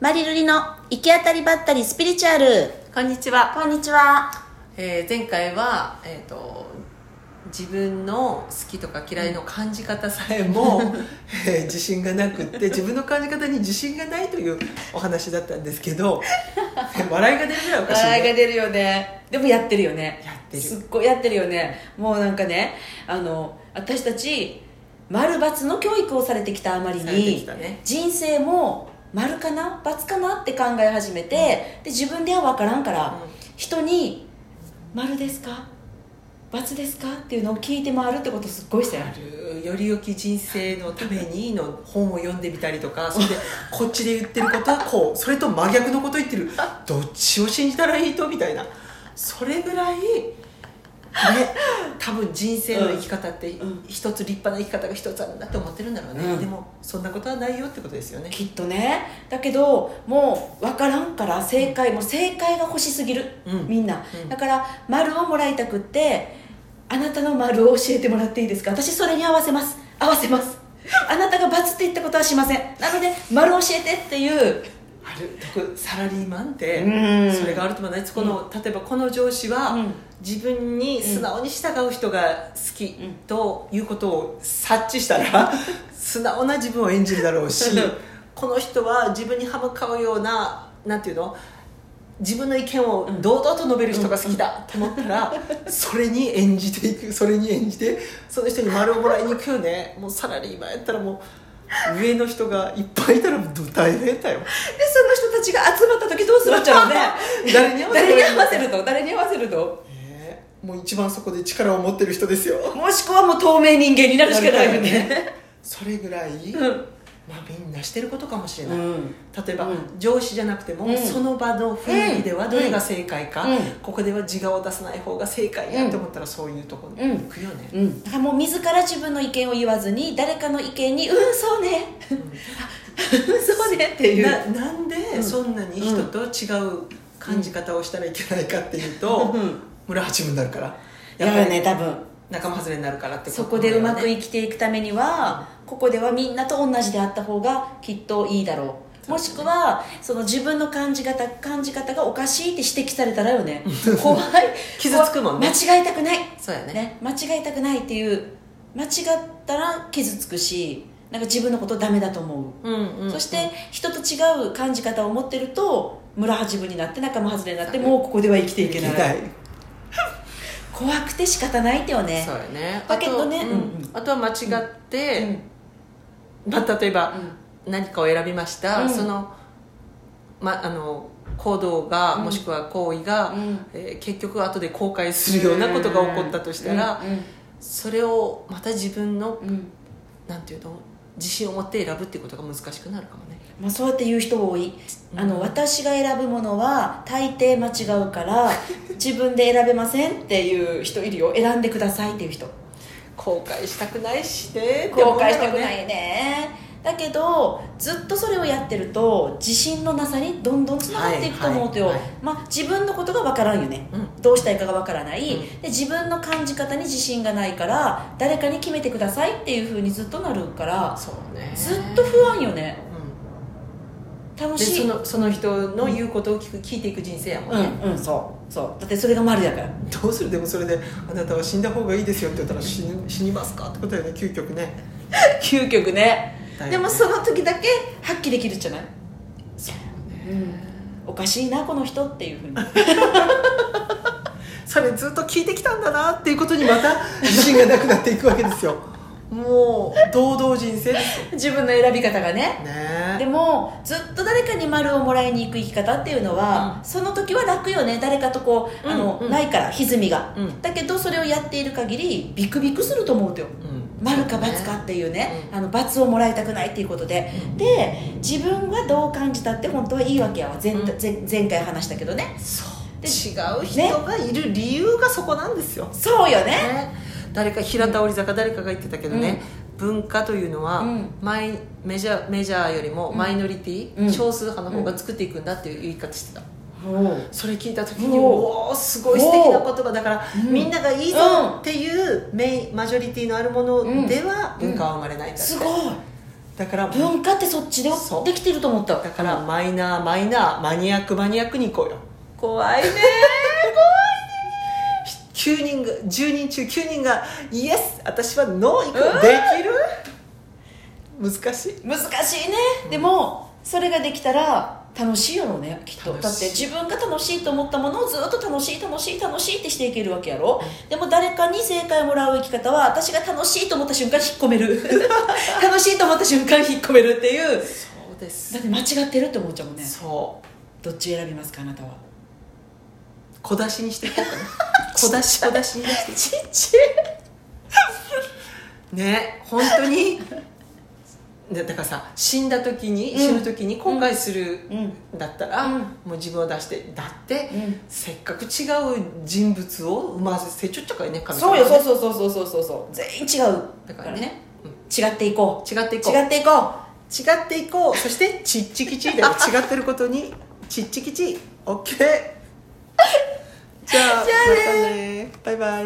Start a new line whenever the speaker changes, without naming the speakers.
マリルリの行き当たりばったりスピリチュアル
こんにちは、
こんにちは
えー前回は、えー、と自分の好きとか嫌いの感じ方さえ も、えー自信がなくって自分の感じ方に自信がないというお話だったんですけど笑いが出るぐらいおかしい、ね、
笑いが出るよねでもやってるよね
やってる
すっごいやってるよねもうなんかねあの私たち丸×の教育をされてきたあまり
されてき
に、
たね
人生も丸かな×かなって考え始めて、で自分では分からんから、
うん
人に「丸ですか×ですか?」っていうのを聞いて回るってことすっごいしたよ
あるより良き人生のためにの本を読んでみたりとかそれでこっちで言ってることはこうそれと真逆のこと言ってるどっちを信じたらいいとみたいなそれぐらいね多分人生の生き方って
うん
一つ立派な生き方が一つあるんだって思ってるんだろうね、
うん
でもそんなことはないよってことですよね
きっとねだけどもう分からんから正解もう正解が欲しすぎる、
うん
みんな、
うん
だから丸をもらいたくってあなたの丸を教えてもらっていいですか私それに合わせます合わせますあなたが×って言ったことはしませんなので丸教えてっていう
ある特サラリーマンって
うん
それがあると思わないこの、例えばこの上司は、
うん
自分に素直に従う人が好き
うん
ということを察知し たら、素直な自分を演じるだろうしこの人は自分に歯向かうようななんていうの自分の意見を堂々と述べる人が好きだと思ったら、それに演じていくそれに演じてその人に丸をもらいに行くよねもうサラリーマンやったらもう上の人がいっぱいいたらもう大変だよ
でその人たちが集まった時どうするっちゃうのね
誰に合わせ
誰
る
に合わせると誰に合わせると
ねえもう一番そこで力を持ってる人ですよ
もしくはもう透明人間になるしかないよね
それぐらい、
うん
まあ、みんなしてることかもしれ
う
ない、
ん
例えば、
うん
上司じゃなくても、
うん
その場の雰囲気ではどれが正解か、
うん
ここでは自我を出さない方が正解
う
や
ん
と思ったらそういうとこ
う
に
ん
行くよね、
うん、だからもう自ら自分の意見を言わずに誰かの意見に「うんそうね」うんそうね」っていう
ななんでそんなに人と違う感じ方をしたらいけないかっていうと、
うん
村八分になるから
や
っ
る
ぱ
ね
り
多分
仲間外れになるからってこと
そこでうまく
い
生きていくためにはここではみんなと同じであった方がきっといいだろうもしくはその自分の感じ方感じ方がおかしいって指摘されたらよね怖 い
傷つくもんね
間違えたくない
そうやね
ね、間違えたくないっていう間違ったら傷つくしなんか自分のことダメだと思う
うんうんうん
そして人と違う感じ方を持ってると村八分になって仲間外れになってもうここでは生きてい
い
け
け
ない
ない
怖くて仕方ないってよね
そうよね
だけどね
あと,う
う
ん、
んうん
あとは間違って、
うん
まあ、例えば
うん
何かを選びました、
うん
その,、ま、あの行動が、
うん
もしくは行為が、
うん
えー結局後で後悔するようなことが起こったとしたら、
うん
それをまた自分の
うんうん
なんていうの自信を持って選ぶっていうことが難しくなるかもね
まあ、そうやって言う人多いあの私が選ぶものは大抵間違うから 自分で選べませんっていう人いるよ選んでくださいっていう人
後悔したくないしねって
後
思うんだ
悔
よ
したくな
ね
いねだけどずっとそれをやってると自信のなさにどんどんつながっていくと思うとよ、
はいはいはい
まあ、自分のことがわからんよね、
うん
どうしたいかがわからない、
うん
で自分の感じ方に自信がないから誰かに決めてくださいっていうふうにずっとなるから
そうね
ずっと不安よね
うん
楽
で
し
そ
い
のその人の言うことを聞く聞いていく人生やもん
う
ね、
んうんそうそうだってそれが丸だから
どうするでもそれであなたは死んだ方がいいですよって言ったら死ぬ死にますかってことだよね究極ね
究極ね
だよ
で
ね
もその時だけ発揮できるじゃない、
そう
おかしいなこの人っていうふうに
それずっと聞いてきたんだなっていうことにまた自信がなくなっていくわけですよもう堂々人生ですよ
自分の選び方がねで
ね
もずっと誰かに丸をもらいに行く生き方っていうのは、
うん
その時は楽よね誰かとこうあの、
うんうん
ないから歪みが、
うん
だけどそれをやっている限りビクビクすると思うとよ
うん
丸か×かっていうね、
う
あの罰をもらいたくないっていうことで、
うん
で自分がどう感じたって本当はいいわけやわ前,
うん
前、前回話したけどね
そう
で
違う人がいる理由がそこなんですよ、
そうよね
ね誰か平田織坂誰かが言ってたけどね、文化というのは、
うん
マイメジャーメジャーよりもマイノリティ、
うん
少数派の方が作っていくんだっていう言い方してた、それ聞いた時に
お
おおすごい素敵な言葉だから、
うん
みんながいいぞ
うん
っていうメインマジョリティのあるものでは
うん
文化は生まれないんだって、
すごい
だから
文化ってそっちで
そう
できてると思った
だからマイナーマイナーマニアックマニアックに行こうよ
怖いね
9人が10人中9人がイエス私はノー行く、
うん
できる難しい
難しいねでもそれができたら楽しいやろうねきっと
楽しい
だって自分が楽しいと思ったものをずっと楽しい楽しい楽しいってしていけるわけやろでも誰かに正解をもらう生き方は私が楽しいと思った瞬間引っ込める 楽しいと思った瞬間引っ込めるっていう
そうです
だって間違ってるって思っちゃうもんね
そう
どっち選びますかあなたは
小出しにしていこうか な小出し小出しにして
ちっちゃい
ね本当に でだからさ死んだ時に、
うん
死ぬ時に後悔する
うん
だったら、
うん
もう自分を出してだって、
うん
せっかく違う人物を生ませちょっちゃかいね神様
そう
は
よ
ね
そうそうそうそうそうそうそう全員違う
だからね、うん
違っていこ
違っていうこう
違っていこう
違っていこうそしてちっち きちで違ってることにちっちきちオッケーじゃあ
じゃあね
またねバイバイ